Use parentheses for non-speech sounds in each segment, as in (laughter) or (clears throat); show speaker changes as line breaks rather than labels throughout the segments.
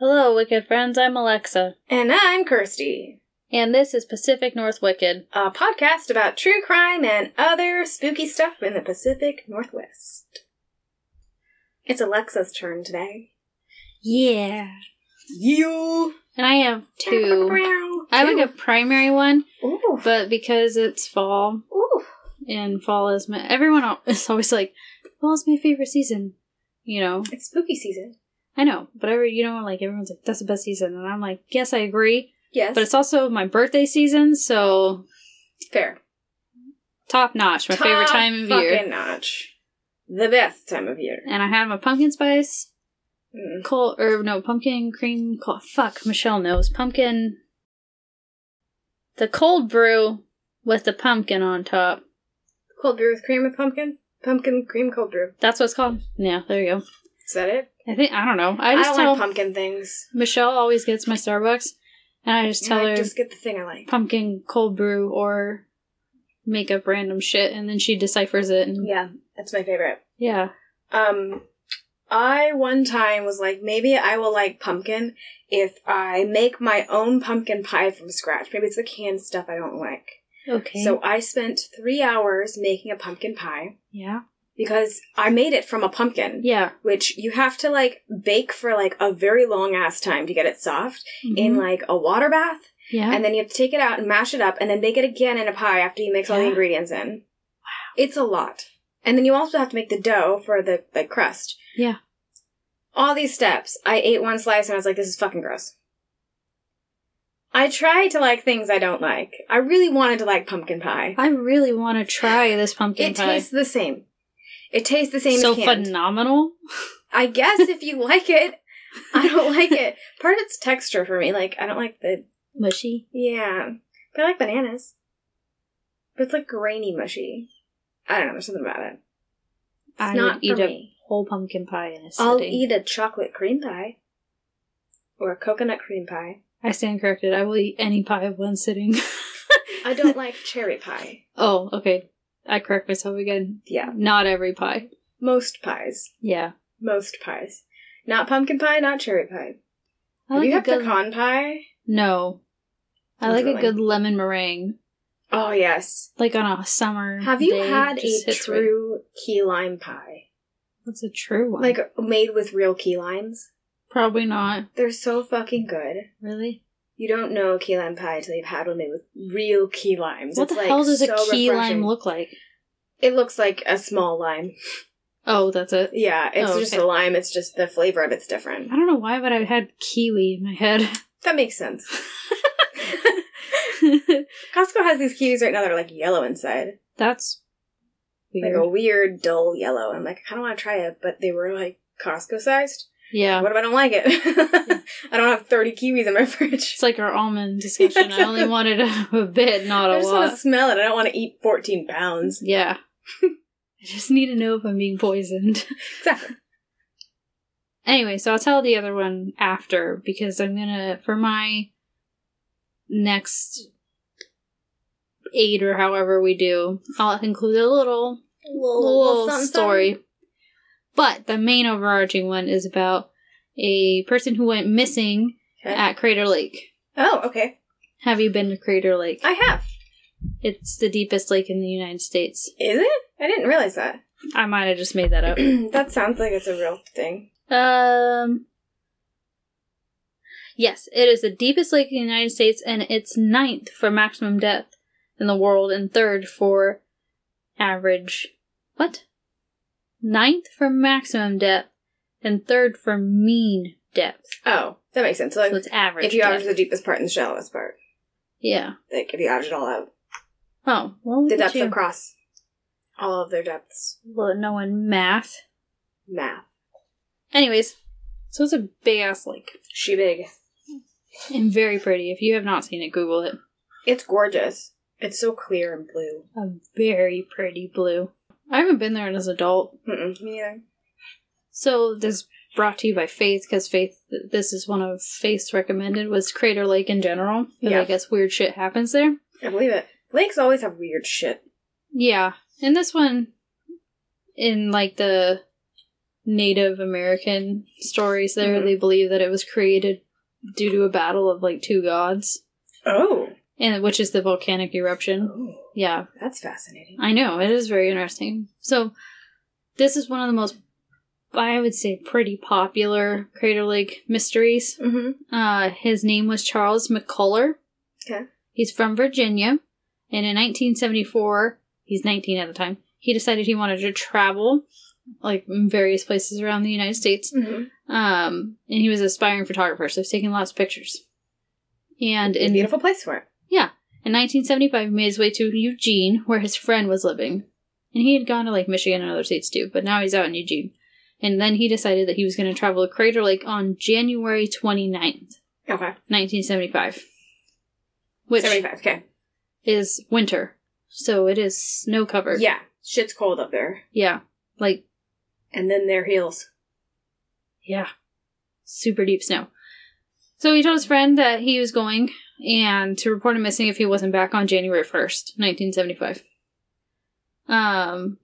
Wicked Friends. I'm Alexa.
And I'm Kirsty,
And this is Pacific North Wicked.
a podcast about true crime and other spooky stuff in the Pacific Northwest. It's Alexa's turn today.
Yeah.
You.
And I have two. I would a primary one,
Ooh.
but because it's fall
Ooh.
and fall is my. Everyone al- (laughs) is always like, fall is my favorite season. You know?
It's spooky season.
I know. But every, you know, like everyone's like, that's the best season. And I'm like, yes, I agree.
Yes.
But it's also my birthday season, so
fair.
top notch. My favorite
Top
time of
fucking
year.
notch. The best time of year.
And I had my pumpkin spice.
Mm.
Col or no pumpkin cream co- fuck michelle knows pumpkin the cold brew with the pumpkin on top
Cold brew with cream with pumpkin. Pumpkin cream cold brew.
that's what it's called yeah there you go
Is that it?
i think i don't know i
I
just
don't
tell
like pumpkin things.
michelle always gets my starbucks and i just tell
I
her
just get the thing I like.
pumpkin cold brew or make up random shit and then she deciphers it and yeah,
Yeah, that's my favorite. Um, I one time was like, maybe I will like pumpkin if I make my own pumpkin pie from scratch. Maybe it's the canned stuff I don't like.
okay
So I spent three hours making a pumpkin pie
yeah
because I made it from a pumpkin,
yeah
which you have to like bake for like a very long ass time to get it soft in
Mhm.
like a water bath.
yeah
And then you have to take it out and mash it up and then bake it again in a pie after you mix all the
Yeah.
ingredients in. Wow. It's a lot. And then you also have to make the dough for the, the crust.
Yeah.
All these steps. I ate one slice and I was like, this is fucking gross. I try to like things I don't like. I really wanted to like pumpkin pie.
i really want to try this pumpkin
It
pie
tastes the same. It tastes the same
so
as canned.
phenomenal
I guess if you (laughs) like it.
(laughs)
I don't like it. Part of it's texture for me. Like, I don't like the
mushy
Yeah. But I like bananas. But it's like grainy mushy. I don't know, there's something about it. It's
I
not
would eat
for
a
me.
whole pumpkin pie in a sitting.
I'll eat a chocolate cream pie. Or a coconut cream pie.
I stand corrected. I will eat any pie in one sitting. (laughs)
I don't like cherry pie.
oh, okay. I correct myself again.
Yeah.
Not every pie.
Most pies.
Yeah.
Most pies. Not pumpkin pie, not cherry pie.
I
Have you
a
had
good
pecan pie?
No. I
Sounds
like a
really-
good lemon meringue,
Oh yes.
like on a summer.
Have you
day,
had
just
a
hits right-
true key lime pie?
What's a true one?
Like made with real key limes?
probably not.
They're so fucking good.
Really?
You don't know key lime pie until you've had one made with real key limes.
what
It's,
the
like,
hell does a
so
key
refreshing.
lime look like?
It looks like a small lime.
Oh, that's it.
Yeah, it's
Oh,
just
okay.
a lime. It's just the flavor of it's
I
different.
don't know why, but I had kiwi in my head. (laughs)
That makes sense. Costco has these kiwis right now that are like yellow inside,
that's weird.
like a weird dull yellow. I'm like, I kind of want to try it, but they were like Costco sized.
yeah.
What if I don't like it? (laughs) I don't have 30 kiwis in my (laughs) fridge.
It's like our almond discussion. I only wanted a, a bit, not
I
a
just want to
lot.
smell it. I don't want to eat 14 pounds.
Yeah. I just need to know if I'm being poisoned. (laughs)
Exactly.
anyway, so I'll tell the other one after because I'm gonna for my next eight or however we do, I'll include a little little, story. But the main overarching one is about a person who went missing
Okay.
at Crater Lake.
Oh, okay.
Have you been to Crater Lake?
I have.
it's the deepest lake in the United States.
Is it? I didn't realize that.
I might have just made that
(clears throat)
up.
that sounds like it's a real thing.
Um. Yes, it is the deepest lake in the United States, and it's ninth for maximum depth in the world, and third for average. What? Ninth for maximum depth, and third for mean depth.
Oh, that makes sense. So, like,
So it's average.
if you average
depth.
the deepest part and the shallowest part,
yeah.
like if you average it all out,
Oh, well,
the
look at
depths
you.
across all of their depths,
Well, no one math.
math.
Anyways, so it's a big ass lake
She big.
and very pretty. If you have not seen it, Google it.
It's gorgeous. It's so clear and blue.
a very pretty blue. I haven't been there as an adult.
Mm-mm, me neither.
So this is brought to you by Faith because Faith, this is one of Faith's recommended was Crater Lake in general. But I
Yeah.
guess weird shit happens there.
I believe it. Lakes always have weird shit.
Yeah, and this one, in like the Native American stories, there
Mhm.
Mm-hmm. they believe that it was created due to a battle of like two gods,
Oh.
and which is the volcanic eruption.
Oh,
Yeah,
that's fascinating.
I know, it is very interesting. So, this is one of the most, I would say, pretty popular Crater Lake mysteries.
Mm-hmm.
Uh, his name was Charles McCullough.
Okay.
He's from Virginia, and in 1974, he's 19 at the time, he decided he wanted to travel, like, in various places around the United States.
Mm-hmm.
Um, and he was an aspiring photographer, so he's taking lots of pictures. And in, in
beautiful place for it.
1975, he made his way to Eugene, where his friend was living. And he had gone to like Michigan and other states too, but now he's out in Eugene. And then he decided that he was going to travel to Crater Lake on January 29th,
Okay.
1975, which
75. Okay.
is winter. So it is snow covered.
Yeah. Shit's cold up there.
Yeah. Like,
And then their heels.
Yeah. Super deep snow. So he told his friend that he was going and to report him missing if he wasn't back on January 1st, 1975. Um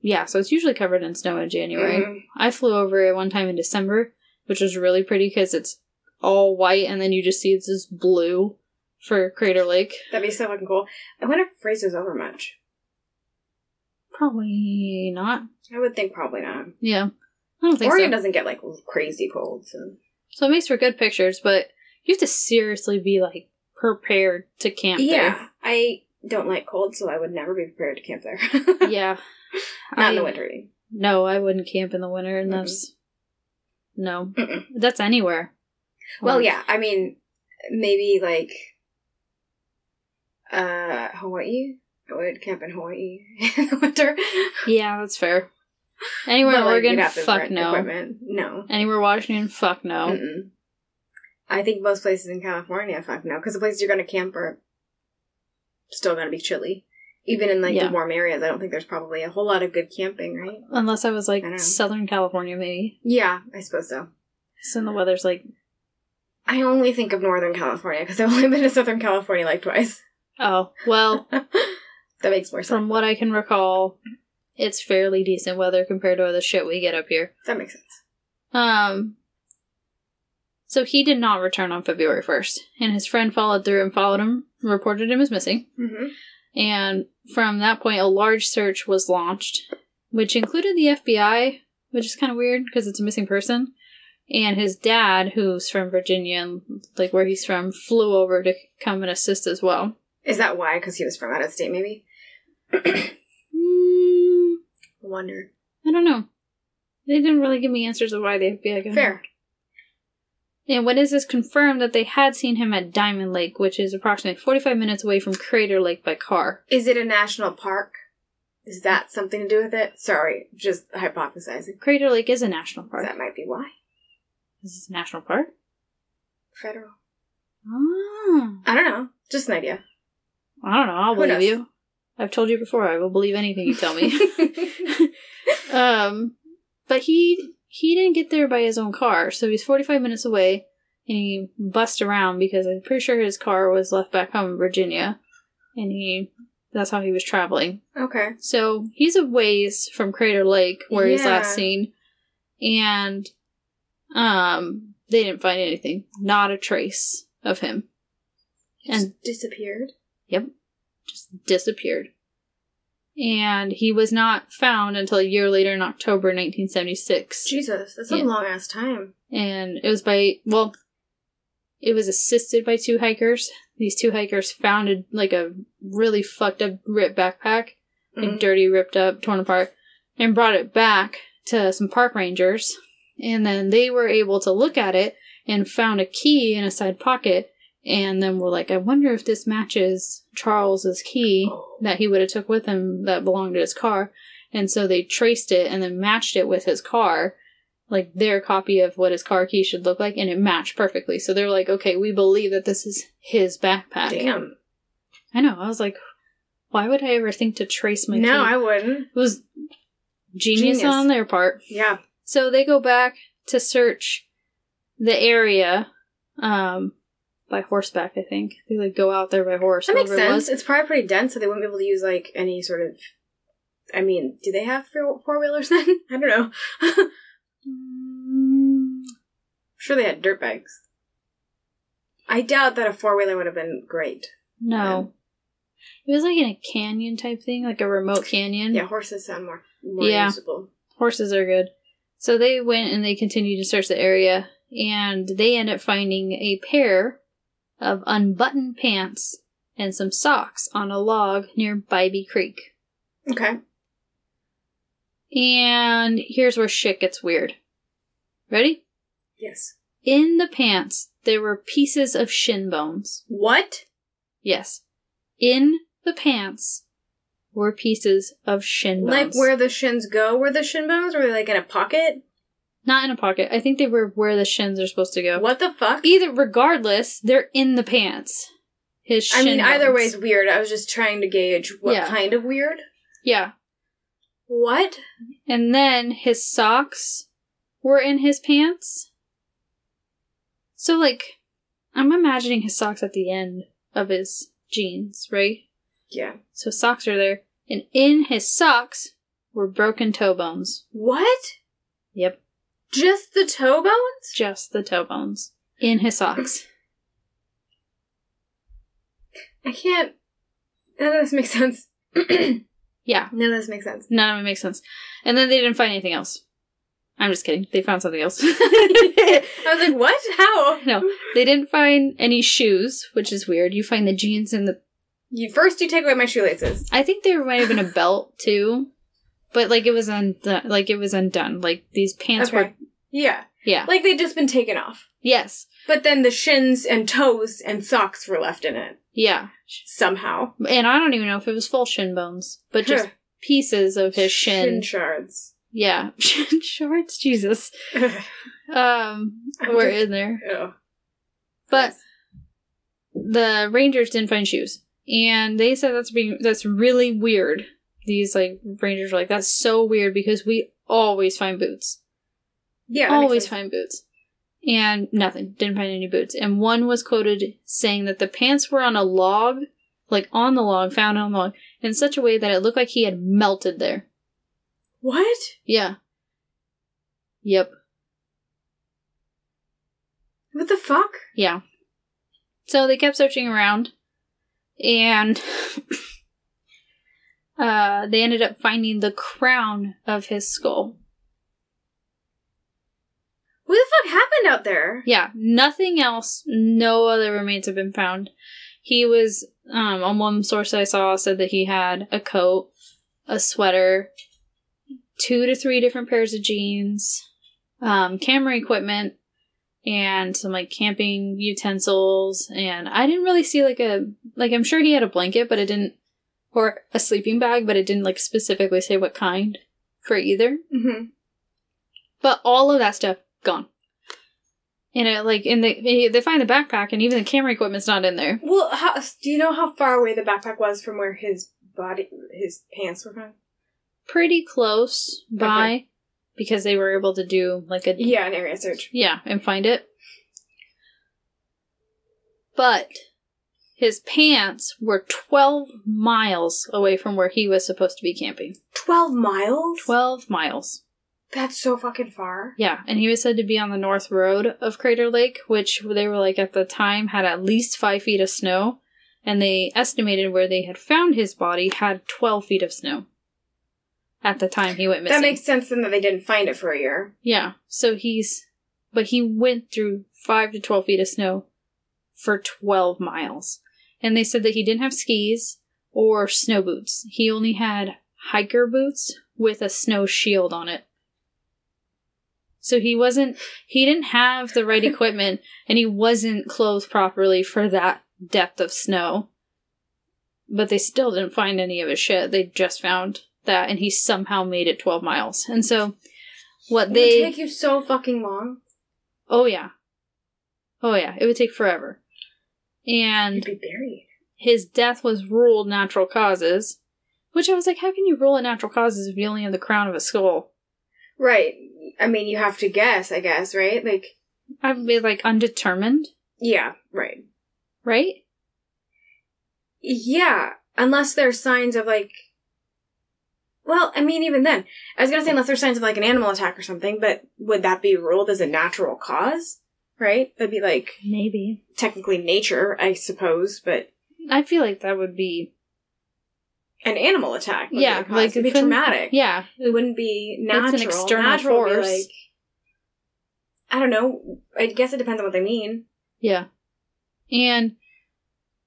Yeah, so it's usually covered in snow in January.
Mhm.
I flew over it one time in December, which was really pretty cuz it's all white and then you just see it's this blue for Crater Lake.
That'd be so fucking cool. I wonder if freezes over much.
Probably not.
I would think probably not.
Yeah. I don't think
Oregon
so.
doesn't get like crazy cold, so
So it makes for good pictures, but you have to seriously be like prepared to camp there.
yeah. I don't like cold, so I would never be prepared to camp there.
(laughs)
(laughs)
yeah.
not
I-
in the winter.
No, I wouldn't camp in the winter, and
Mhm.
that's no.
Mm-mm.
That's anywhere.
Well,
Um,
yeah. I mean, maybe like uh Hawaii. I would camp in Hawaii (laughs) in the winter.
yeah, that's fair. Anywhere in
But, like,
Oregon,
you'd have to
fuck
rent
no.
Equipment. No.
Anywhere Washington, fuck no.
Mm-mm. I think most places in California, fuck no, because the places you're going to camp are still going to be chilly. Even in like
Yeah.
the warm areas, I don't think there's probably a whole lot of good camping, right?
Unless I was like
I know.
Southern California, maybe.
Yeah, I suppose so.
So the weather's like,
I only think of Northern California because I've only (laughs) been to Southern California like twice. (laughs)
oh well.
that makes more sense.
from what I can recall, it's fairly decent weather compared to the shit we get up here.
That makes sense.
Um, so he did not return on February 1st, and his friend followed through and followed him, reported him as missing.
Mm-hmm.
And from that point, a large search was launched, which included the FBI, which is kind of weird because it's a missing person. And his dad, who's from Virginia and like where he's from, flew over to come and assist as well.
Is that why? Because he was from out of state, maybe?
Mm,
Wonder.
I don't know. They didn't really give me answers of why the FBI. got him.
Fair.
And witnesses confirmed that they had seen him at Diamond Lake, which is approximately 45 minutes away from Crater Lake by car.
Is it a national park? Is that something to do with it? Sorry, just hypothesizing.
Crater Lake is a national park.
That might be why.
Is this a national park?
Federal.
Ah.
I don't know. Just an idea.
I don't know. I'll
Who
believe
knows?
you. I've told you before. I will believe anything you tell me. (laughs) um, but he he didn't get there by his own car, so he's forty five minutes away, and he bussed around because I'm pretty sure his car was left back home in Virginia, and he that's how he was traveling.
(laughs) okay.
So he's a ways from Crater Lake where he's last
Yeah.
seen, and um, they didn't find anything, not a trace of him.
Just disappeared.
just disappeared. And he was not found until a year later in October 1976.
Jesus, that's
Yeah.
a long ass time.
And it was by, well, it was assisted by two hikers. These two hikers found a, like a really fucked up ripped backpack, like
Mm.
dirty, ripped up, torn apart, and brought it back to some park rangers. And then they were able to look at it and found a key in a side pocket. And then were like, I wonder if this matches Charles's key
Oh,
that he would have took with him that belonged to his car and so they traced it and then matched it with his car like their copy of what his car key should look like and it matched perfectly so they're like okay we believe that this is his backpack
Damn.
i know i was like why would i ever think to trace my
no,
key
I wouldn't.
it was genius,
Genius.
on their part
Yeah.
so they go back to search the area um by horseback i think they like go out there by horse
That makes
whatever it was.
sense. It's probably pretty dense, so they wouldn't be able to use like any sort of. I mean, do (laughs) they have four wheelers then? I don't know.
Mm,
(laughs) sure they had dirt bikes. I doubt that a four wheeler would have been great.
No. It was like in a canyon type thing, like a remote canyon.
Yeah, horses sound more, more
Yeah.
usable.
Horses are good. So they went and they continued to search the area, and they end up finding a pair of unbuttoned pants and some socks on a log near Bybee Creek.
Okay.
And here's where shit gets weird. Ready?
Yes.
In the pants, there were pieces of shin bones.
What?
Yes. In the pants were pieces of shin bones.
Like where the shins go? Were the shin bones? Were they like in a pocket?
Not in a pocket. I think they were where the shins are supposed to go.
What the fuck?
Either, regardless, they're in the pants. His
I
shin
mean, either
bones.
way is weird. I was just trying to gauge what
Yeah.
kind of weird.
Yeah.
What?
And then his socks were in his pants. So, like, I'm imagining his socks at the end of his jeans, right?
Yeah.
So his socks are there. And in his socks were broken toe bones.
What?
Yep.
Just the toe bones?
Just the toe bones. In his socks.
I can't. None of this makes sense. (clears throat) None
Yeah.
of this makes sense.
None of it makes sense. And then they didn't find anything else. I'm just kidding. They found something else. (laughs)
I was like, what? How?
No. they didn't find any shoes, which is weird. You find the jeans and the.
You first you take away my shoelaces.
I think there might have
(laughs)
been a belt too, but like it was undone. Like it was undone. Like these pants were.
Okay. Yeah.
Yeah.
Like they'd just been taken off.
Yes.
But then the shins and toes and socks were left in it
Yeah.
somehow.
And I don't even know if it was full shin bones, but just pieces of his shin.
shards. (laughs)
Yeah, (laughs) shorts, Jesus, um,
I'm
were
just-
in there.
Ew.
But the Rangers didn't find shoes, and they said that's being that's really weird. These like Rangers were like, that's so weird because we always find boots,
yeah, that makes
always
sense.
find boots, and nothing. Didn't find any boots, and one was quoted saying that the pants were on a log, like on the log, found on a log, in such a way that it looked like he had melted there.
What?
Yeah. Yep.
What the fuck?
Yeah. So they kept searching around and (laughs) uh, they ended up finding the crown of his skull.
What the fuck happened out there?
Yeah, nothing else, no other remains have been found. He was, um, on one source I saw said that he had a coat, a sweater, two to three different pairs of jeans, um, camera equipment, and some like camping utensils. And I didn't really see like a, like I'm sure he had a blanket, but it didn't, or a sleeping bag, but it didn't like specifically say what kind for either.
Mm-hmm.
But all of that stuff gone. And it like in the they find the backpack and even the camera equipment's not in there.
Well, how, do you know how far away the backpack was from where his body, his pants were found?
Pretty close by because they were able to do like a
Yeah, an area search.
yeah and find it. But his pants were 12 miles away from where he was supposed to be camping.
Twelve miles.
12 miles.
That's so fucking far.
Yeah, and he was said to be on the north road of Crater Lake, which they were like at the time had at least five feet of snow, and they estimated where they had found his body had 12 feet of snow at the time he went missing.
That makes sense then that they didn't find it for a year.
yeah, so he's. But he went through 5 to 12 feet of snow for 12 miles. And they said that he didn't have skis or snow boots, he only had hiker boots with a snow shield on it. So he wasn't he didn't have the
(laughs)
right equipment and he wasn't clothed properly for that depth of snow. But they still didn't find any of his shit. They just found that and he somehow made it 12 miles. And so what
It
they
would take you so fucking long.
Oh yeah. Oh yeah, it would take forever. And
You'd be buried.
his death was ruled natural causes, which I was like, how can you rule it natural causes if you only have the crown of a skull?
Right. I mean, you have to guess. I guess. Right. Like.
I would be like undetermined,
Yeah. Right.
right?
Yeah, unless there's signs of like. Well, I mean, even then, I was gonna say unless there's signs of like an animal attack or something, but would that be ruled as a natural cause? right? That'd be like
Maybe.
technically nature, I suppose, but
I feel like that would be
an animal attack. would be
Yeah,
the cause.
like,
it'd
it
be
couldn't-
traumatic.
yeah.
it wouldn't be natural.
an external
natural would be
force.
like, I don't know. I guess it depends on what they mean.
Yeah. And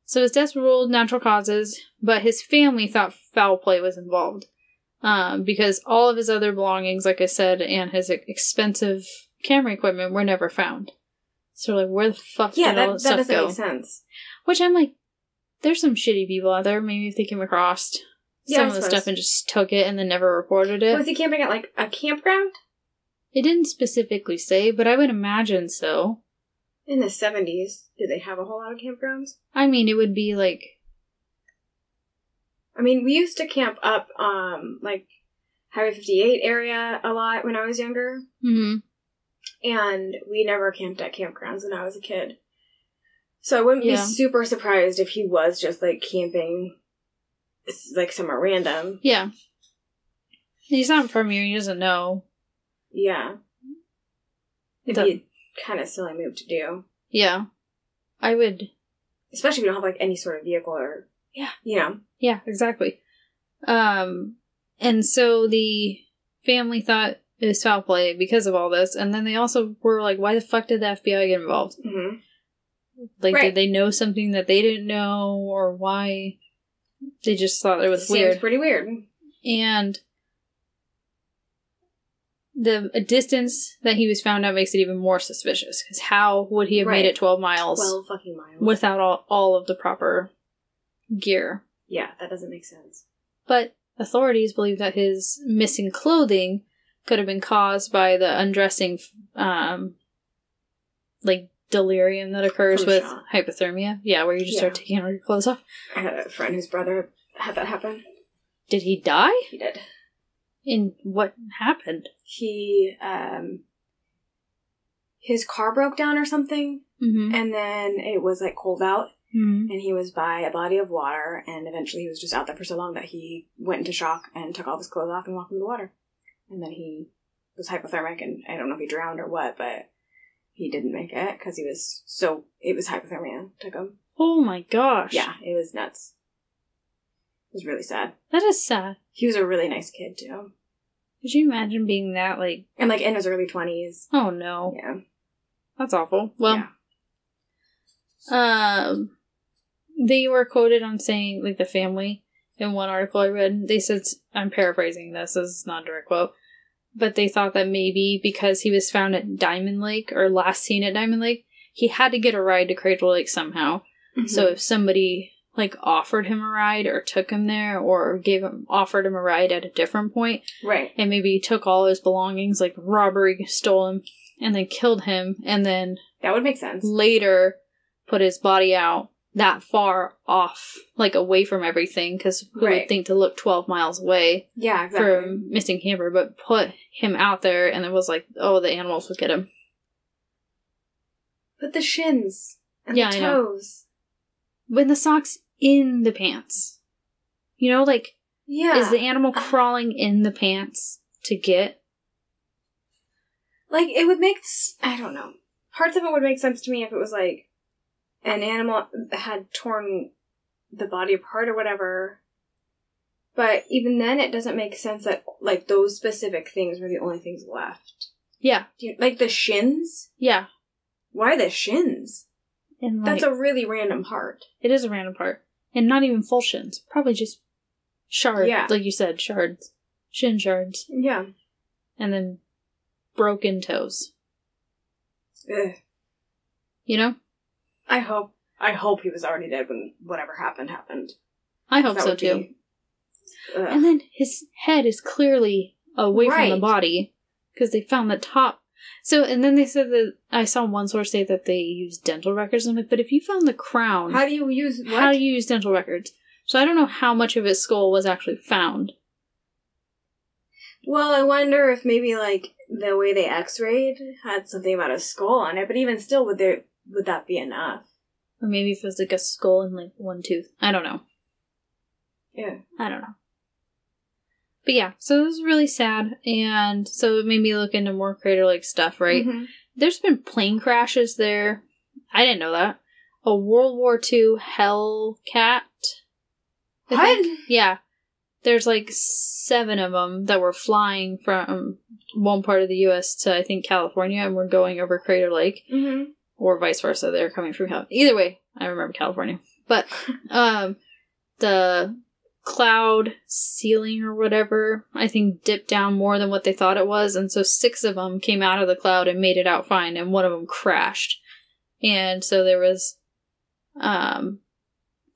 so his death ruled natural causes, but his family thought foul play was involved. Um, because all of his other belongings, like I said, and his e- expensive camera equipment were never found. So like, where the fuck
Yeah,
did all
that,
this
that
stuff
doesn't
go?
make sense.
Which I'm like, there's some shitty people out there. Maybe if they came across
Yeah,
some
I
of the
suppose.
stuff and just took it and then never reported it.
Was he camping at like a campground
It didn't specifically say, but I would imagine so.
in the seventies? Did they have a whole lot of campgrounds?
I mean, it would be like,
I mean, we used to camp up um like Highway 58 area a lot when I was younger,
hmm
and we never camped at campgrounds when I was a kid. So I wouldn't
Yeah.
be super surprised if he was just like camping s- like somewhere random.
yeah. He's not from here. He doesn't know.
Yeah. It'd
The-
be a kind of silly move to do,
Yeah, I would.
especially if you don't have like any sort of vehicle or
Yeah.
you know.
Yeah, exactly. Um, and so the family thought it was foul play because of all this, and then they also were like, "Why the fuck did the FBI get involved?
hmm
Like,
Right.
did they know something that they didn't know, or why?" They just thought it was
Seems
weird.
pretty weird.
and the a distance that he was found out makes it even more suspicious because how would he have
Right.
made it 12 miles
Twelve fucking miles.
without all, all of the proper gear
yeah, that doesn't make sense.
but authorities believe that his missing clothing could have been caused by the undressing um like delirium that occurs
From
with
shock.
hypothermia yeah where you just start
Yeah.
taking all your clothes off
I had a friend whose brother had that happen.
did he die
He did.
and what happened
he um his car broke down or something
mm-hmm.
and then it was like cold out
mm-hmm.
and he was by a body of water and eventually he was just out there for so long that he went into shock and took all of his clothes off and walked in the water and then he was hypothermic and i don't know if he drowned or what but he didn't make it because he was so it was hypothermia took him
oh my gosh
yeah it was nuts it was really sad
That is sad.
he was a really nice kid too
Could you imagine being that like,
and like in his early 20s
oh no,
yeah
that's awful. Well,
yeah.
um, they were quoted on saying like the family in one article I read. They said I'm paraphrasing this. This is not a direct quote, but they thought that maybe because he was found at Diamond Lake or last seen at Diamond Lake, he had to get a ride to Cradle Lake somehow. So
Mm-hmm.
if somebody like offered him a ride or took him there or gave him offered him a ride at a different point,
right
and maybe he took all his belongings, like robbery, stole him, and then killed him, and then
that would make
Mm.
sense
later put his body out that far off, like away from everything, because who
Right.
would think to look 12 miles away
Yeah, exactly.
from missing camper, but put him out there, and it was like, oh, the animals would get him.
Put the shins and
Yeah,
the
I know.
toes.
When the sock's in the pants, you know, like,
Yeah. Uh-huh.
is the animal crawling in the pants to get?
like it would make s- I don't know. Parts of it would make sense to me if it was like an animal had torn the body apart or whatever. But even then it doesn't make sense that like those specific things were the only things left.
Yeah,
Do you, like the shins?
yeah.
Why the shins?
And like,
That's a really random part.
It is a random part. And not even full shins. Probably just shards.
Yeah.
Like you said, shards. Shin shards.
Yeah.
And then broken toes.
Ugh.
You know?
I hope I hope he was already dead when whatever happened happened.
I hope
That
so
would
too.
be- uh, Ugh.
And then his head is clearly away from
Right.
the body because they found the top. So, and then they said that I saw one source say that they use dental records. And I'm like, but if you found the crown,
How do you use what?
how do you use dental records? So I don't know how much of his skull was actually found.
well, I wonder if maybe like the way they X-rayed had something about a skull on it, but even still, would there would that be enough?
Or maybe if it was like a skull and like one tooth. I don't know.
Yeah,
I don't know.
Mm-hmm.
But yeah, so it was really sad, and so it made me look into more Crater Lake stuff, right? There's been plane crashes there. I didn't know that. A World War II Hellcat. I
What?
think. Yeah. There's like seven of them that were flying from one part of the U.S. to, I think, California, and were going over Crater Lake
Mm-hmm.
or vice versa. They're coming from California. Either way, I remember California. But um, the cloud ceiling or whatever, I think, dipped down more than what they thought it was, and so six of them came out of the cloud and made it out fine, and one of them crashed, and so there was, um,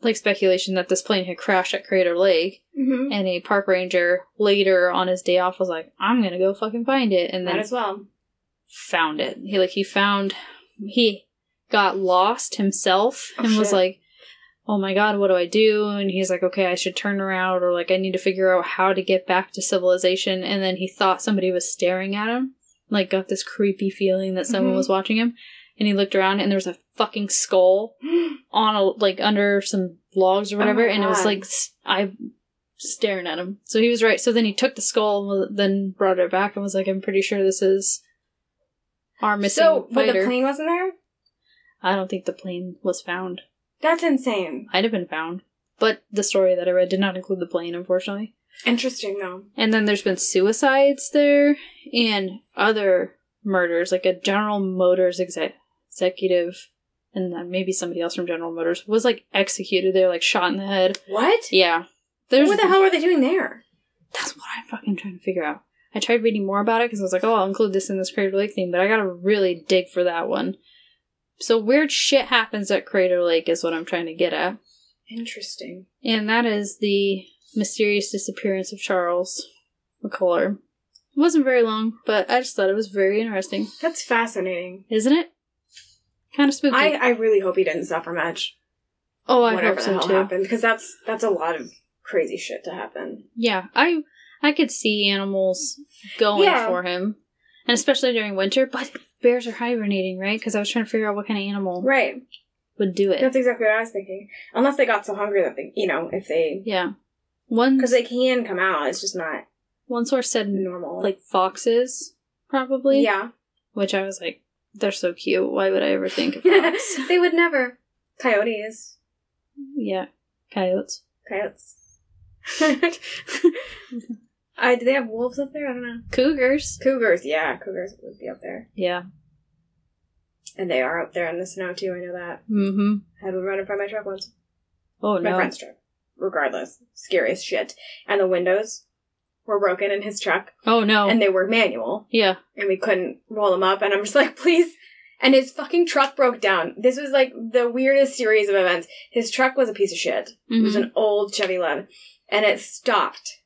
like speculation that this plane had crashed at Crater Lake,
Mm-hmm.
and a park ranger later on his day off was like, "I'm gonna go fucking find it," and
Might
then
as well.
found it. He like he found he got lost himself
Oh,
and was
shit.
like, "Oh my god, what do I do?" And he's like, "Okay, I should turn around or like I need to figure out how to get back to civilization." And then he thought somebody was staring at him. Like got this creepy feeling that someone
Mhm.
was watching him. And he looked around and there was a fucking skull on a like under some logs or
Oh my
whatever, and it was
God.
like s- I staring at him. So he was right. So then he took the skull and wa- then brought it back and was like, "I'm pretty sure this is our missing
so, but
fighter."
the plane wasn't there?
I don't think the plane was found.
That's insane.
I'd have been found, but the story that I read did not include the plane, unfortunately.
Interesting, though.
And then there's been suicides there and other murders, like a General Motors exec- executive. And then maybe somebody else from General Motors was like executed there, like shot in the head.
What?
Yeah. There's
what the hell are they doing there?
That's what I'm fucking trying to figure out. I tried reading more about it because I was like, oh, I'll include this in this Crater Lake thing, but I gotta really dig for that one. So weird shit happens at Crater Lake is what I'm trying to get at.
Interesting.
And that is the mysterious disappearance of Charles McCuller. It wasn't very long, but I just thought it was very interesting.
That's fascinating.
Isn't it? Kind of spooky.
I, I really hope he didn't suffer much.
oh, I
whatever
hope
the
so
hell
too.
happened, because that's that's a lot of crazy shit to happen.
Yeah, I I could see animals going
Yeah.
for him, and especially during winter. But (laughs) bears are hibernating, right? Because I was trying to figure out what kind of animal
Right.
would do it.
That's exactly what I was thinking. Unless they got so hungry that they, you know, if they,
yeah, one
because they can come out. It's just not
one source said
normal.
like foxes probably.
yeah,
which I was like, they're so cute. Why would I ever think
(laughs)
of fox?
they would never. Coyotes,
yeah, coyotes.
coyotes. (laughs) I do they have wolves up there? I don't know.
Cougars.
Cougars, yeah, cougars would be up there,
Yeah.
and they are up there in the snow too. I know that.
Mm-hmm.
I had one right in front of my truck once.
Oh
my
no.
friend's truck. Regardless, scary as shit. And the windows were broken in his truck,
Oh no.
and they were manual,
yeah.
and we couldn't roll them up. And I'm just like, (laughs) please. And his fucking truck broke down. This was like the weirdest series of events. His truck was a piece of shit. It was
Mhm.
an old Chevy Love, and it stopped.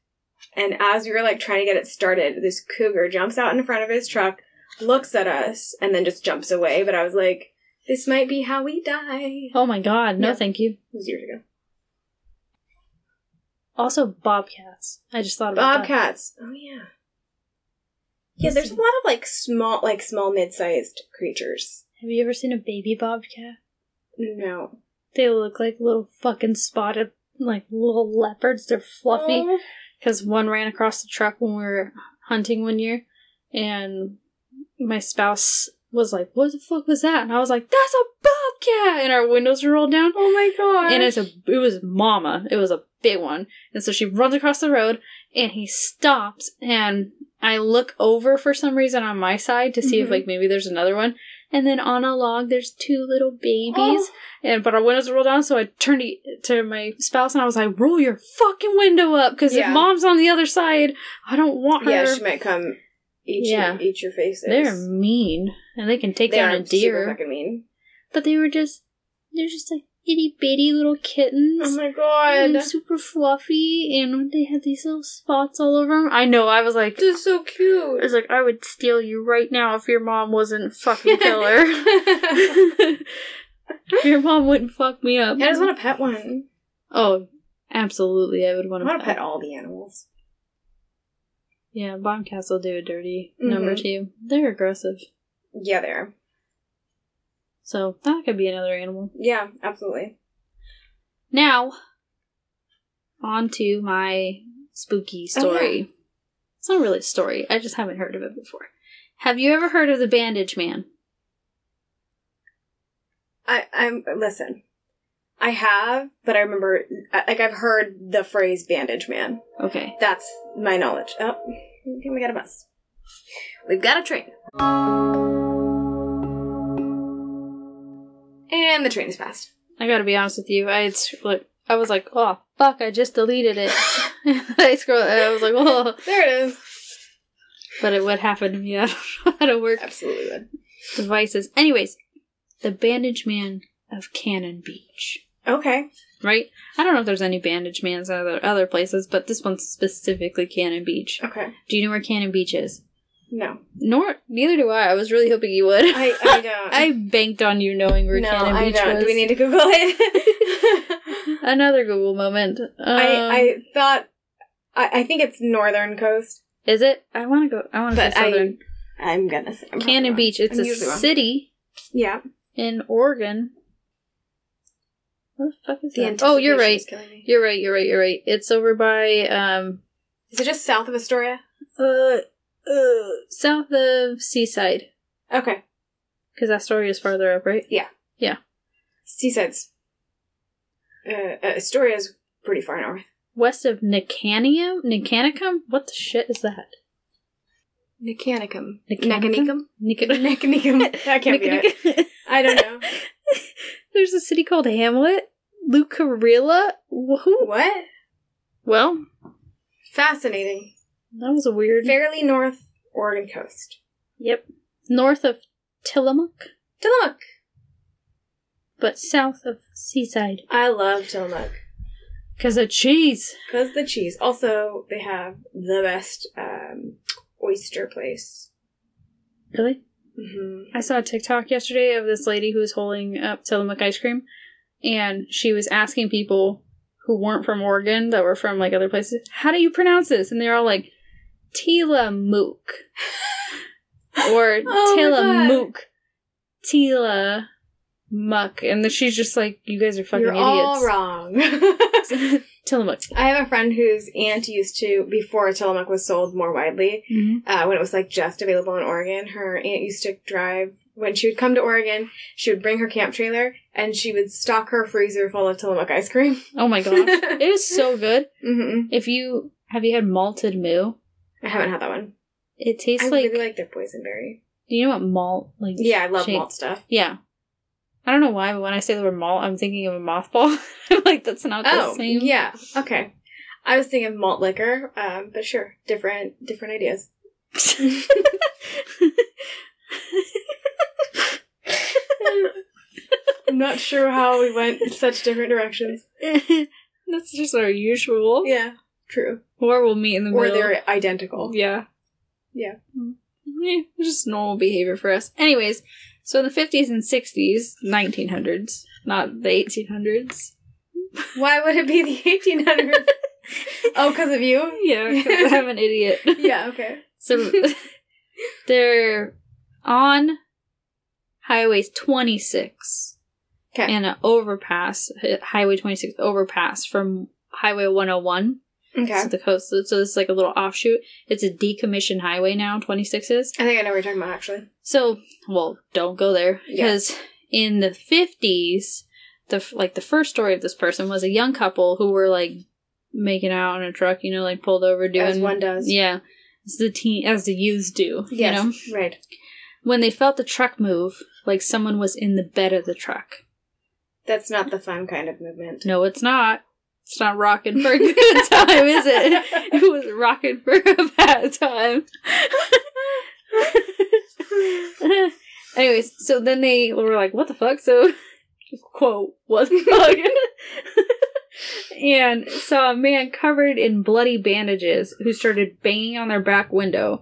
And as we were like trying to get it started, this cougar jumps out in front of his truck, looks at us, and then just jumps away. But I was like, this might be how we die.
oh my god. No,
Yeah.
thank you.
It was years ago.
Also, bobcats. I just thought about that.
Bobcats. Oh yeah. Yeah, there's a lot of like small, like small mid-sized creatures.
Have you ever seen a baby bobcat?
No,
They look like little fucking spotted, like little leopards. They're fluffy.
Oh.
Because one ran across the truck when we were hunting one year, and my spouse was like, What the fuck was that? And I was like, That's a bobcat! And our windows were rolled down.
Oh my god.
And it's a it was mama. It was a big one. And so she runs across the road and he stops and I look over for some reason on my side to see if
Mhm.
like maybe there's another one. And then on a log there's two little babies.
Oh.
And but our windows roll down, so I turned to, to my spouse and I was like, "Roll your fucking window up, because if
Yeah.
mom's on the other side, I don't want her."
Oh, yeah, she might come eat
Yeah.
you, eat your faces.
They're mean, and they can take
they
down
are
a
super
deer.
fucking mean.
But they were just they're just like itty bitty little kittens.
Oh my
and
god.
super fluffy, and they had these little spots all over them. I know. I was like, I
This is so cute.
was like, I would steal you right now if your mom wasn't
(laughs)
fucking killer. (laughs) your mom wouldn't fuck me up.
I just want to pet one.
oh, absolutely, I would
I
want to
want to pet all the animals.
Yeah, bombcats will do a dirty
Mhm.
number two. They're aggressive,
Yeah, they are.
so that could be another animal.
Yeah, absolutely.
Now, on to my spooky story.
yeah.
It's not really a story. I just haven't heard of it before. Have you ever heard of the Bandage Man?
I, I'm listen. I have, but I remember I- like I've heard the phrase "bandage man."
Okay.
That's my knowledge. Oh, I think we got a bus. We've got a train. And the train is passed.
I gotta be honest with you. I had sc- like, I was like, oh fuck, I just deleted it. (laughs) I scrolled. I was like, oh,
There it is.
but it would happen to me. I don't know how to work
Absolutely would.
devices. Anyways, the Bandage Man of Cannon Beach.
Okay.
Right? I don't know if there's any Bandage Mans at other other places, but this one's specifically Cannon Beach.
Okay.
Do you know where Cannon Beach is? (laughs)
No,
Nor, neither do I. I was really hoping you would. (laughs)
I, I don't.
I banked on you knowing where
no,
Cannon
I
Beach
don't.
was.
Do we need to Google it? (laughs)
Another Google moment. Um,
I, I thought. I, I think it's northern coast.
is it? I want to go. I want to go
But I-
southern.
I'm gonna say I'm probably
Cannon
wrong.
Beach. It's
I'm
a
usually wrong.
city
Yeah.
in Oregon. What the fuck is that? Oh, you're right. You're right. You're right. You're right. It's over by um
Is it just south of Astoria?
uh, uh south of Seaside
Okay.
because Astoria is farther up, right?
Seaside's. Uh, uh, Astoria's pretty far north.
West of Nicanium, Nicanicum. What the shit is that?
Nicanicum.
Nicanicum?
(laughs)
Nic-
Nicanicum. That can't be it. I don't know.
(laughs) There's a city called Hamlet. Lucarilla. Who?
(laughs) What?
Well,
Fascinating.
that was a weird.
Fairly north Oregon coast.
Yep. North of Tillamook,
Tillamook.
but south of Seaside.
I love Tillamook.
Cause of cheese.
Because the cheese. Also, they have the best um, oyster place.
Really?
Mm-hmm.
I saw a TikTok yesterday of this lady who was holding up Tillamook ice cream, and she was asking people who weren't from Oregon that were from like other places, "How do you pronounce this?" And they're all like, "Tillamook,"
(laughs)
or
Oh my
"Tillamook," "Tila muck," and then she's just like, "You guys are fucking
You're all
idiots."
wrong. (laughs)
(laughs) Tillamook.
I have a friend whose aunt used to, before Tillamook was sold more widely, uh, when it was like just available in Oregon, her aunt used to drive. When she would come to Oregon, she would bring her camp trailer and she would stock her freezer full of Tillamook ice cream. (laughs)
Oh my gosh, it is so good.
hmm
If you have you had malted moo,
I haven't had that one.
it tastes
I
like.
really like their boysenberry.
do you know what malt like?
Yeah, I love
shape-
malt stuff.
Yeah. I don't know why, but when I say the word malt, I'm thinking of a mothball. (laughs) I'm like, that's not the
Oh,
same.
yeah. Okay. I was thinking malt liquor, um, but sure, different different ideas. I'm not sure how we went in such
(laughs)
different directions.
(laughs) that's just our usual.
Yeah, true.
Or we'll meet in the
Or
middle.
they're identical.
Yeah. Mm-hmm.
Yeah.
Yeah, just normal behavior for us. Anyways, so in the 50s and 60s, 1900s, not the 1800s.
Why would it be the (laughs)
(laughs)
1800s? oh, because of you?
Yeah, 'cause I'm an (laughs) idiot.
Yeah. Okay.
So they're on highways 26
'Kay.
and an overpass, hi- highway 26 overpass from highway 101
Okay.
to the coast. So, so this is like a little offshoot. It's a decommissioned highway now, 26 is.
I think I know what you're talking about. Actually.
So, well, don't go there
Yeah.
because in the 50s, the f- like the first story of this person was a young couple who were like making out in a truck, you know, like pulled over doing
As one does.
yeah, as the teen, as the youths do.
Yes.
You know,
Right.
when they felt the truck move, like someone was in the bed of the truck.
That's not the fun kind of movement.
No, it's not. It's not rocking for a
(laughs)
good time, is it? (laughs) It was rocking for a bad time. (laughs) Anyways, so then they were like, "What the fuck?" So, quote, "What the fuck?" (laughs) and saw a man covered in bloody bandages who started banging on their back window.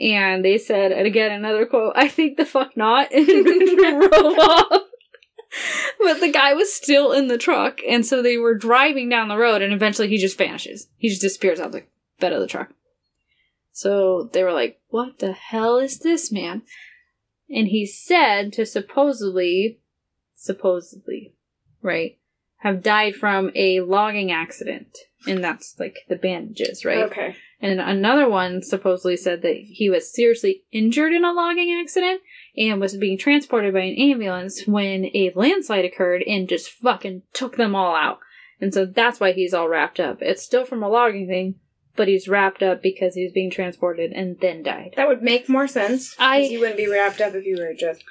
And they said, and again another quote, "I think the fuck not," (laughs) and drove off. But the guy was still in the truck, and so they were driving down the road, and eventually he just vanishes. He just disappears out the bed of the truck. So they were like, What the hell is this man? And he's said to supposedly, supposedly, right, have died from a logging accident. And that's like the bandages, right?
Okay.
And another one supposedly said that he was seriously injured in a logging accident and was being transported by an ambulance when a landslide occurred and just fucking took them all out. And so that's why he's all wrapped up. It's still from a logging thing, but he's wrapped up because he was being transported and then died.
That would make more sense. 'cause
I-
you wouldn't be wrapped up if you were just,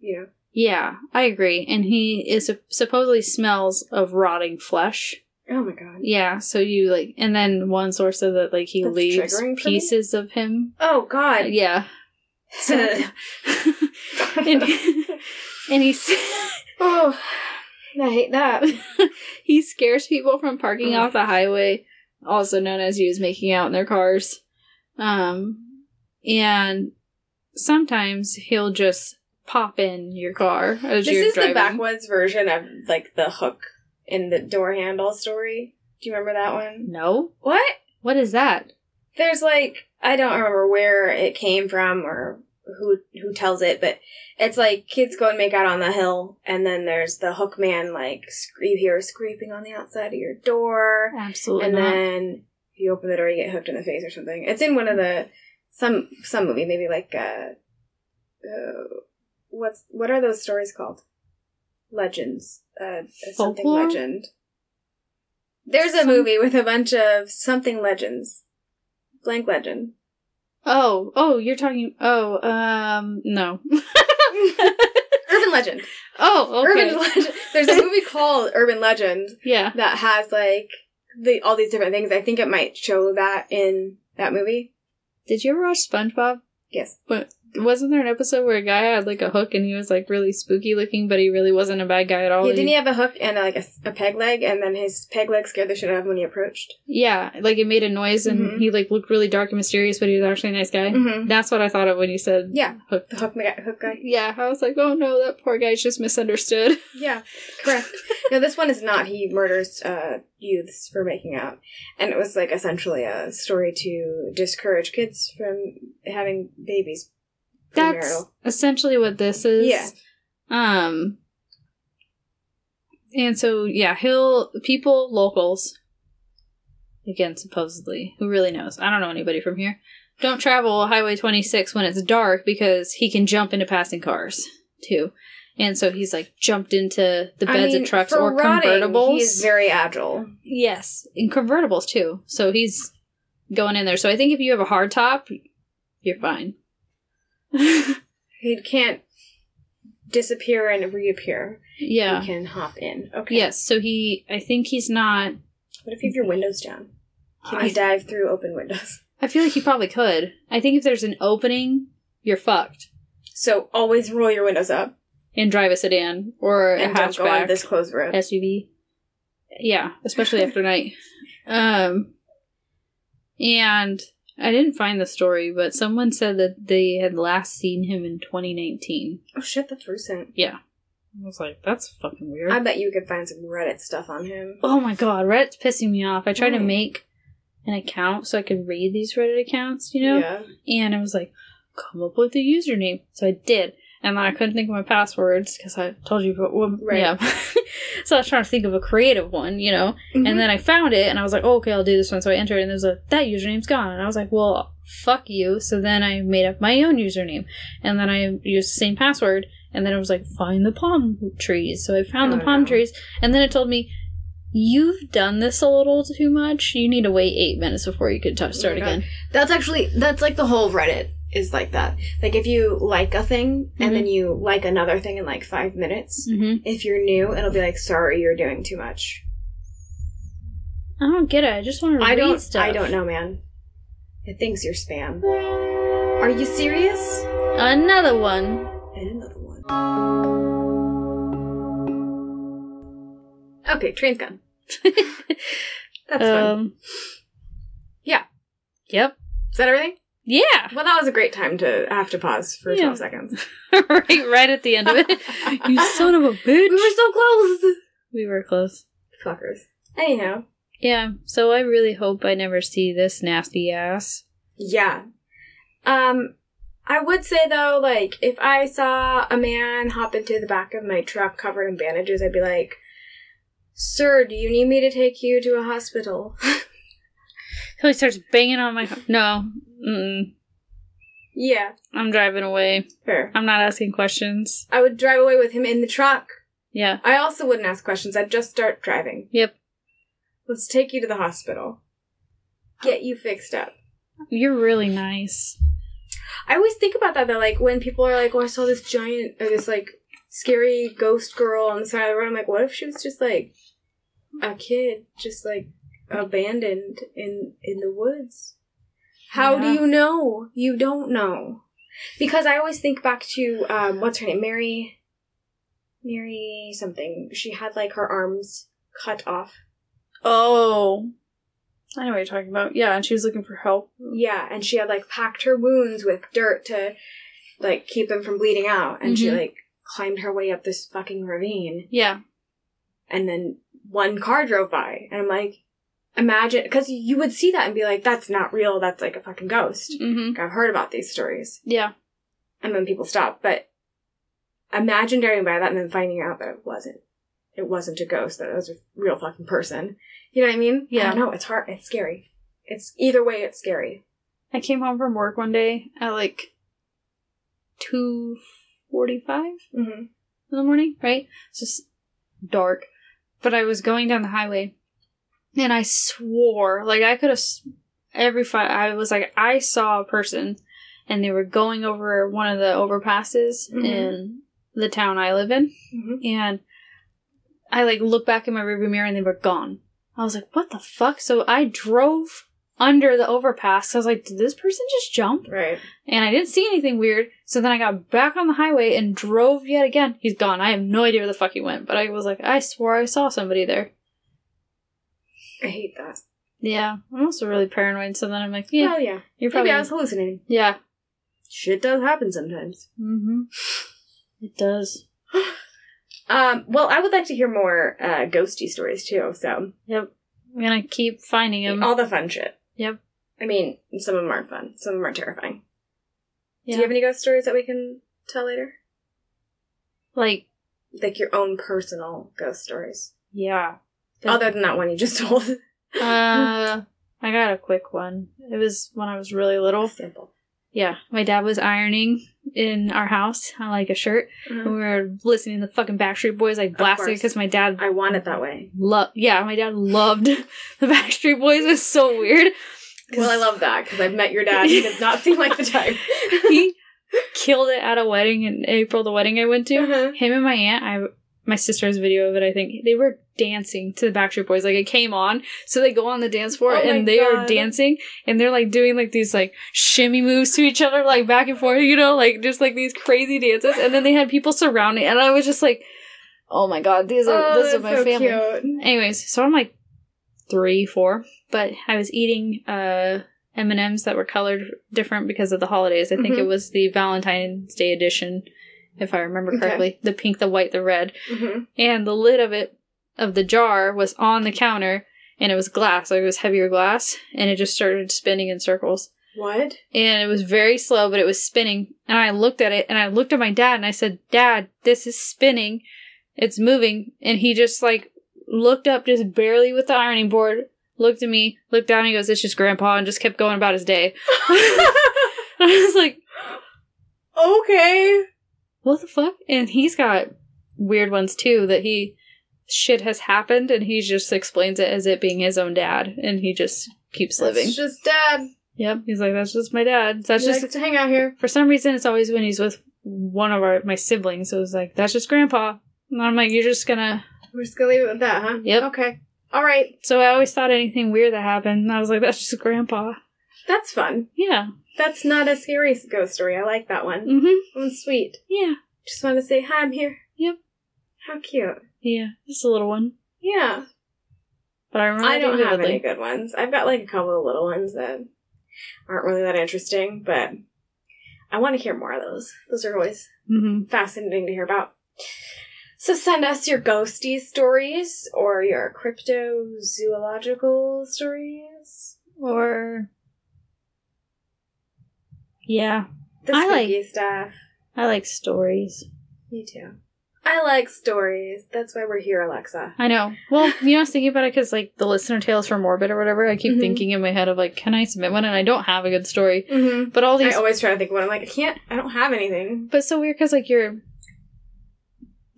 you know.
Yeah, I agree. And he is supposedly smells of rotting flesh.
Oh my god.
Yeah, so you like, and then one source said that like he
That's
leaves
triggering for me?
pieces of him.
Oh
(laughs)
god. (laughs)
Yeah. So, and, and he s- (laughs)
oh, I hate that.
he scares people from parking
Mm.
off the highway, also known as he was making out in their cars. Um, and sometimes he'll just pop in your car as
This
you're
is the
driving.
backwoods version of like the hook in the door handle story. Do you remember that one?
no,
What?
what is that?
There's like I don't remember where it came from or who who tells it, but it's like kids go and make out on the hill, and then there's the hook man like sc- you hear a scraping on the outside of your door,
Absolutely
and
not.
then if you open the door, you get hooked in the face or something. It's in one of the some some movie, maybe like uh, uh what's what are those stories called? Legends, uh, something
Folklore?
legend. There's a
Some-
movie with a bunch of something legends, blank legend.
oh, oh, you're talking. Oh, um, no. (laughs)
Urban legend.
oh, okay.
(laughs) Urban legend. There's a movie called Urban Legend
yeah.
that has like the all these different things. I think it might show that in that movie.
Did you ever watch SpongeBob?
Yes.
Wasn't there an episode where a guy had like a hook and he was like really spooky looking, but he really wasn't a bad guy at all?
Yeah, didn't he have a hook and like a, a peg leg, and then his peg leg scared the shit out of him when he approached?
Yeah, like it made a noise and
Mhm.
he like looked really dark and mysterious, but he was actually a nice guy.
Mm-hmm.
That's what I thought of when you said
Yeah,
hook.
the hook, ma- hook guy.
Yeah, I was like, oh no, that poor guy's just misunderstood.
Yeah, (laughs) correct. no, this one is not. He murders uh, youths for making out, and it was like essentially a story to discourage kids from having babies.
That's
premarital.
essentially what this is.
Yeah.
Um. And so yeah, he'll people locals. Again, supposedly, who really knows? I don't know anybody from here. Don't travel Highway 26 when it's dark because he can jump into passing cars too. And so he's like jumped into the
I
beds
mean,
of trucks
for
or
rotting,
convertibles.
He's very agile.
Yes, and convertibles too. So he's going in there. So I think if you have a hard top, you're fine. (laughs)
He can't disappear and reappear.
yeah.
He can hop in. Okay.
Yes. So he, I think he's not.
What if you have your windows down? Can
I,
you dive through open windows?
I feel like he probably could. I think if there's an opening, you're fucked.
So always roll your windows up
And drive a sedan or
and
a
don't go on
hatchback
this closed road.
SUV. Yeah, especially
(laughs)
after night. Um, and I didn't find the story, but someone said that they had last seen him in 2019.
Oh shit, that's recent.
I was like, that's fucking weird.
I bet you could find some Reddit stuff on him.
oh my god, Reddit's pissing me off. I tried to
Why?
make an account so I could read these Reddit accounts, you know?
Yeah.
And I was like, come up with a username. So I did. And then I couldn't think of my passwords because I told you, but well,
Right.
yeah. (laughs) so I was trying to think of a creative one, you know?
Mm-hmm.
And then I found it and I was like, oh, okay, I'll do this one. So I entered and there's a, that username's gone. And I was like, well, fuck you. So then I made up my own username. And then I used the same password. And then it was like, find the palm trees. So I found the
Oh,
palm
no.
trees. And then it told me, you've done this a little too much. You need to wait eight minutes before you could touch
Oh my
start
God.
again.
that's actually that's like the whole Reddit is like that. Like if you like a thing
Mhm.
and then you like another thing in like five minutes,
hmm
if you're new, it'll be like, sorry, you're doing too much.
I don't get it. I just want to
I
read
don't
stuff.
I don't know, man. It thinks you're spam. Are you serious?
Another one. (laughs)
And another one. Okay, train's gone. That's fun.
um,
Yeah.
Yep.
Is that everything?
Yeah. (laughs)
Well, that was a great time to have to pause for
Yeah.
12 (laughs) seconds.
right, right at the end of (laughs) it. you
(laughs)
son of a bitch.
We were so close!
We were close.
Fuckers. Anyhow.
Yeah. So I really hope I never see this nasty ass.
Yeah. Um, I would say though, like, if I saw a man hop into the back of my truck covered in bandages, I'd be like, Sir, do you need me to take you to a hospital?
Tilly starts banging on my. No, mm-mm.
(laughs) Yeah,
I'm driving away.
fair.
I'm not asking questions.
I would drive away with him in the truck.
Yeah.
I also wouldn't ask questions. I'd just start driving.
Yep.
Let's take you to the hospital. Get you fixed up.
You're really nice.
I always think about that though, like when people are like, "Oh, I saw this giant or this like scary ghost girl on the side of the road." I'm like, "What if she was just like a kid, just like abandoned in in the woods?" How do
Yeah.
you know? You don't know, because I always think back to um, what's her name, Mary, Mary something. She had like her arms cut off.
Oh. I know what you're talking about. Yeah, and she was looking for help.
Yeah, and she had like packed her wounds with dirt to like keep them from bleeding out, and she
Mhm.
like climbed her way up this fucking ravine,
Yeah.
and then one car drove by, and I'm like, imagine, because you would see that and be like, that's not real, that's like a fucking ghost.
Mm-hmm.
Like, I've heard about these stories,
Yeah.
and then people stop, but imagine daring by that and then finding out that it wasn't. It wasn't a ghost, that it was a real fucking person. You know what I mean?
Yeah.
No, it's hard. It's scary. It's either way, it's scary.
I came home from work one day at like 2.45
Mm-hmm.
in the morning, right? It's just dark. But I was going down the highway and I swore, like, I could have, s- every five, I was like, I saw a person and they were going over one of the overpasses
Mhm.
in the town I live in.
Mm-hmm.
And I, like, looked back in my rearview mirror and they were gone. I was like, what the fuck? So I drove under the overpass. I was like, did this person just jump?
Right.
and I didn't see anything weird. So then I got back on the highway and drove yet again. He's gone. I have no idea where the fuck he went, but I was like, I swore I saw somebody there.
I hate that.
Yeah, I'm also really paranoid. So then I'm like,
Yeah.
yeah,
Well, yeah.
you're
Maybe
probably
I was hallucinating.
(laughs) yeah.
Shit does happen sometimes.
Mm-hmm. It does.
Um, well, I would like to hear more uh, ghosty stories too. So
Yep. I'm gonna keep finding him.
all the fun shit.
Yep.
I mean, some of them aren't fun. Some of them are terrifying. Do
Yeah.
you have any ghost stories that we can tell later?
like,
Like your own personal ghost stories,
yeah.
other than that one you just (laughs) told.
Uh, I got a quick one. It was when I was really little.
Simple.
Yeah, my dad was ironing in our house on like a shirt. And we were listening to the fucking Backstreet Boys like blasting
course.
because my dad
I want it that way.
love yeah my dad loved (laughs) the backstreet boys it's so weird 'Cause
Well, I love that because I've met your dad. He does not
(laughs)
seem like the type.
he killed it at a wedding in april the wedding i went to
(laughs) Uh-huh.
him and my aunt i my sister's video of it i think they were dancing to the backstreet boys like it came on so they go on the dance floor
Oh my
and they are
God.
dancing and they're like doing like these like shimmy moves to each other like back and forth you know like just like these crazy dances and then they had people surrounding and i was just like oh my god these are
oh,
this is
that's
my
so
family
cute.
Anyways, so I'm like three, four, but I was eating uh M and M's that were colored different because of the holidays. I think it was the Valentine's Day edition, if I remember
Okay.
correctly. The pink, the white, the red,
Mhm.
and the lid of it of the jar was on the counter, and it was glass, like it was heavier glass, and it just started spinning in circles
What?
and it was very slow, but it was spinning. And I looked at it and I looked at my dad and I said, Dad, this is spinning. It's moving. And he just like looked up just barely with the ironing board, looked at me, looked down, and he goes, It's just grandpa, and just kept going about his day. (laughs) And I was like,
okay.
What the fuck? And he's got weird ones too that he shit has happened and he just explains it as it being his own dad and he just keeps living.
It's just dad.
yep. He's like, That's just my dad. That's
He
just
likes to hang out here.
for some reason it's always when he's with one of our my siblings so it's like that's just grandpa and i'm like you're just gonna
We're just gonna leave it with that, huh?
Yep.
Okay. All right.
so i always thought anything weird that happened and i was like that's just grandpa
That's fun.
yeah
That's not a scary ghost story. I like that one.
mm-hmm
That one's sweet.
yeah
Just want to say hi. I'm here.
Yep.
How cute.
yeah just a little one
Yeah.
but i remember
I don't have
vividly.
any good ones. I've got like a couple of little ones that aren't really that interesting, but I want to hear more of those. Those are always
Mhm.
fascinating to hear about. So send us your ghosty stories or your cryptozoological stories.
or yeah
The
I
spooky stuff.
i like stories
Me too. I like stories. That's why we're here, Alexa.
I know. Well, (laughs) you know, I was thinking about it because, like, the listener tales for morbid or whatever. I keep
Mhm.
thinking in my head of like, can I submit one? And I don't have a good story.
Mm-hmm.
But all these,
I always try to think of one. I'm like, I can't. I don't have anything.
but it's so weird because like you're,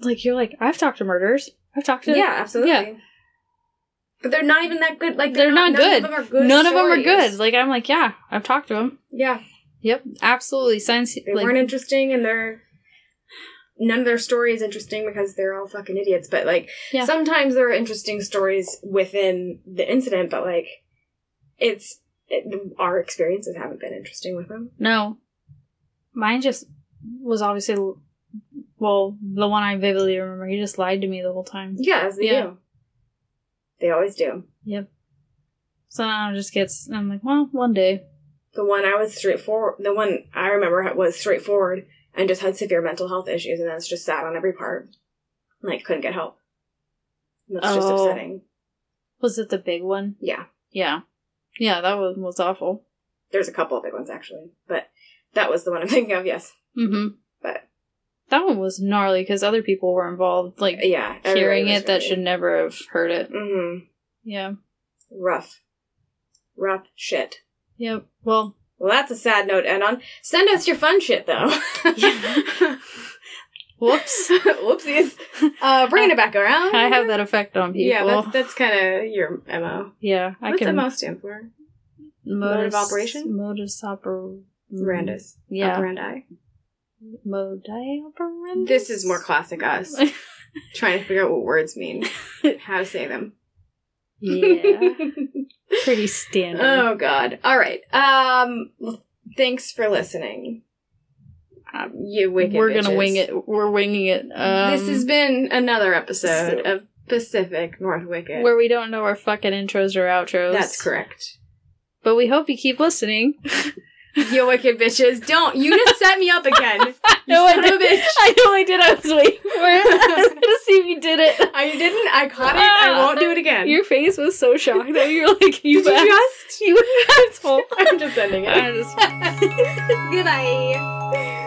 like you're like I've talked to murderers. I've talked to
Yeah, absolutely. But they're not even that good. Like
They're not
none
good.
Of them are good
None of them are
stories.
good. Like I'm like yeah, I've talked to them.
Yeah,
Yep, absolutely. Science.
they
like,
weren't interesting, and they're none of their story is interesting because they're all fucking idiots. But like
Yeah.
sometimes there are interesting stories within the incident, but like it's it, our experiences haven't been interesting with them.
No. Mine just was obviously, well, the one I vividly remember. He just lied to me the whole time.
Yeah, as they
Yeah.
do. They always do.
So now it just gets, I'm like, well, one day.
The one I was straightforward. The one I remember was straightforward and just had severe mental health issues, and that's just sad on every part. Like couldn't get help. And That's just
Oh.
upsetting.
Was it the big one?
Yeah,
Yeah. Yeah, that one was awful.
there's a couple of big ones actually, but that was the one I'm (laughs) thinking of. Yes,
hmm
but
That one was gnarly because other people were involved, like,
yeah,
hearing it that should never have heard it.
hmm
Yeah.
rough, rough shit.
Yep. Well,
Well, that's a sad note to end on. Send us your fun shit though.
(laughs)
(laughs)
Yeah. whoops. (laughs)
Whoopsies. Uh, bringing it back around.
I have that effect on people.
Yeah, that's that's kind of your mo.
Yeah, I
What's
can.
mo stand for? Mode of
modus-
operation?
Modus operandi.
Randus.
Mm, Yeah.
Operandi.
Modi operandi.
This is more
(laughs)
classic us trying to figure out what words mean, how to say them.
yeah, (laughs) pretty standard.
(laughs) oh God. All right. Um. Thanks for listening.
Um,
You wicked.
We're gonna
bitches.
wing it. We're winging it. Um,
this has been another episode
so-
of Pacific North Wicked.
where we don't know our fucking intros or outros.
That's
(laughs)
correct.
But we hope you keep listening. (laughs)
You wicked bitches. Don't. You just set me up again. You
(laughs) No, I
son of a
did-
bitch.
I know I did. I was waiting for it. (laughs) I was gonna see if you did it.
I didn't. I caught it. I
(laughs)
won't do it again.
Your face was so shocked. that You're like you.
Did you (laughs) just?
you asshole.
I'm just ending it.
I just.
Goodbye.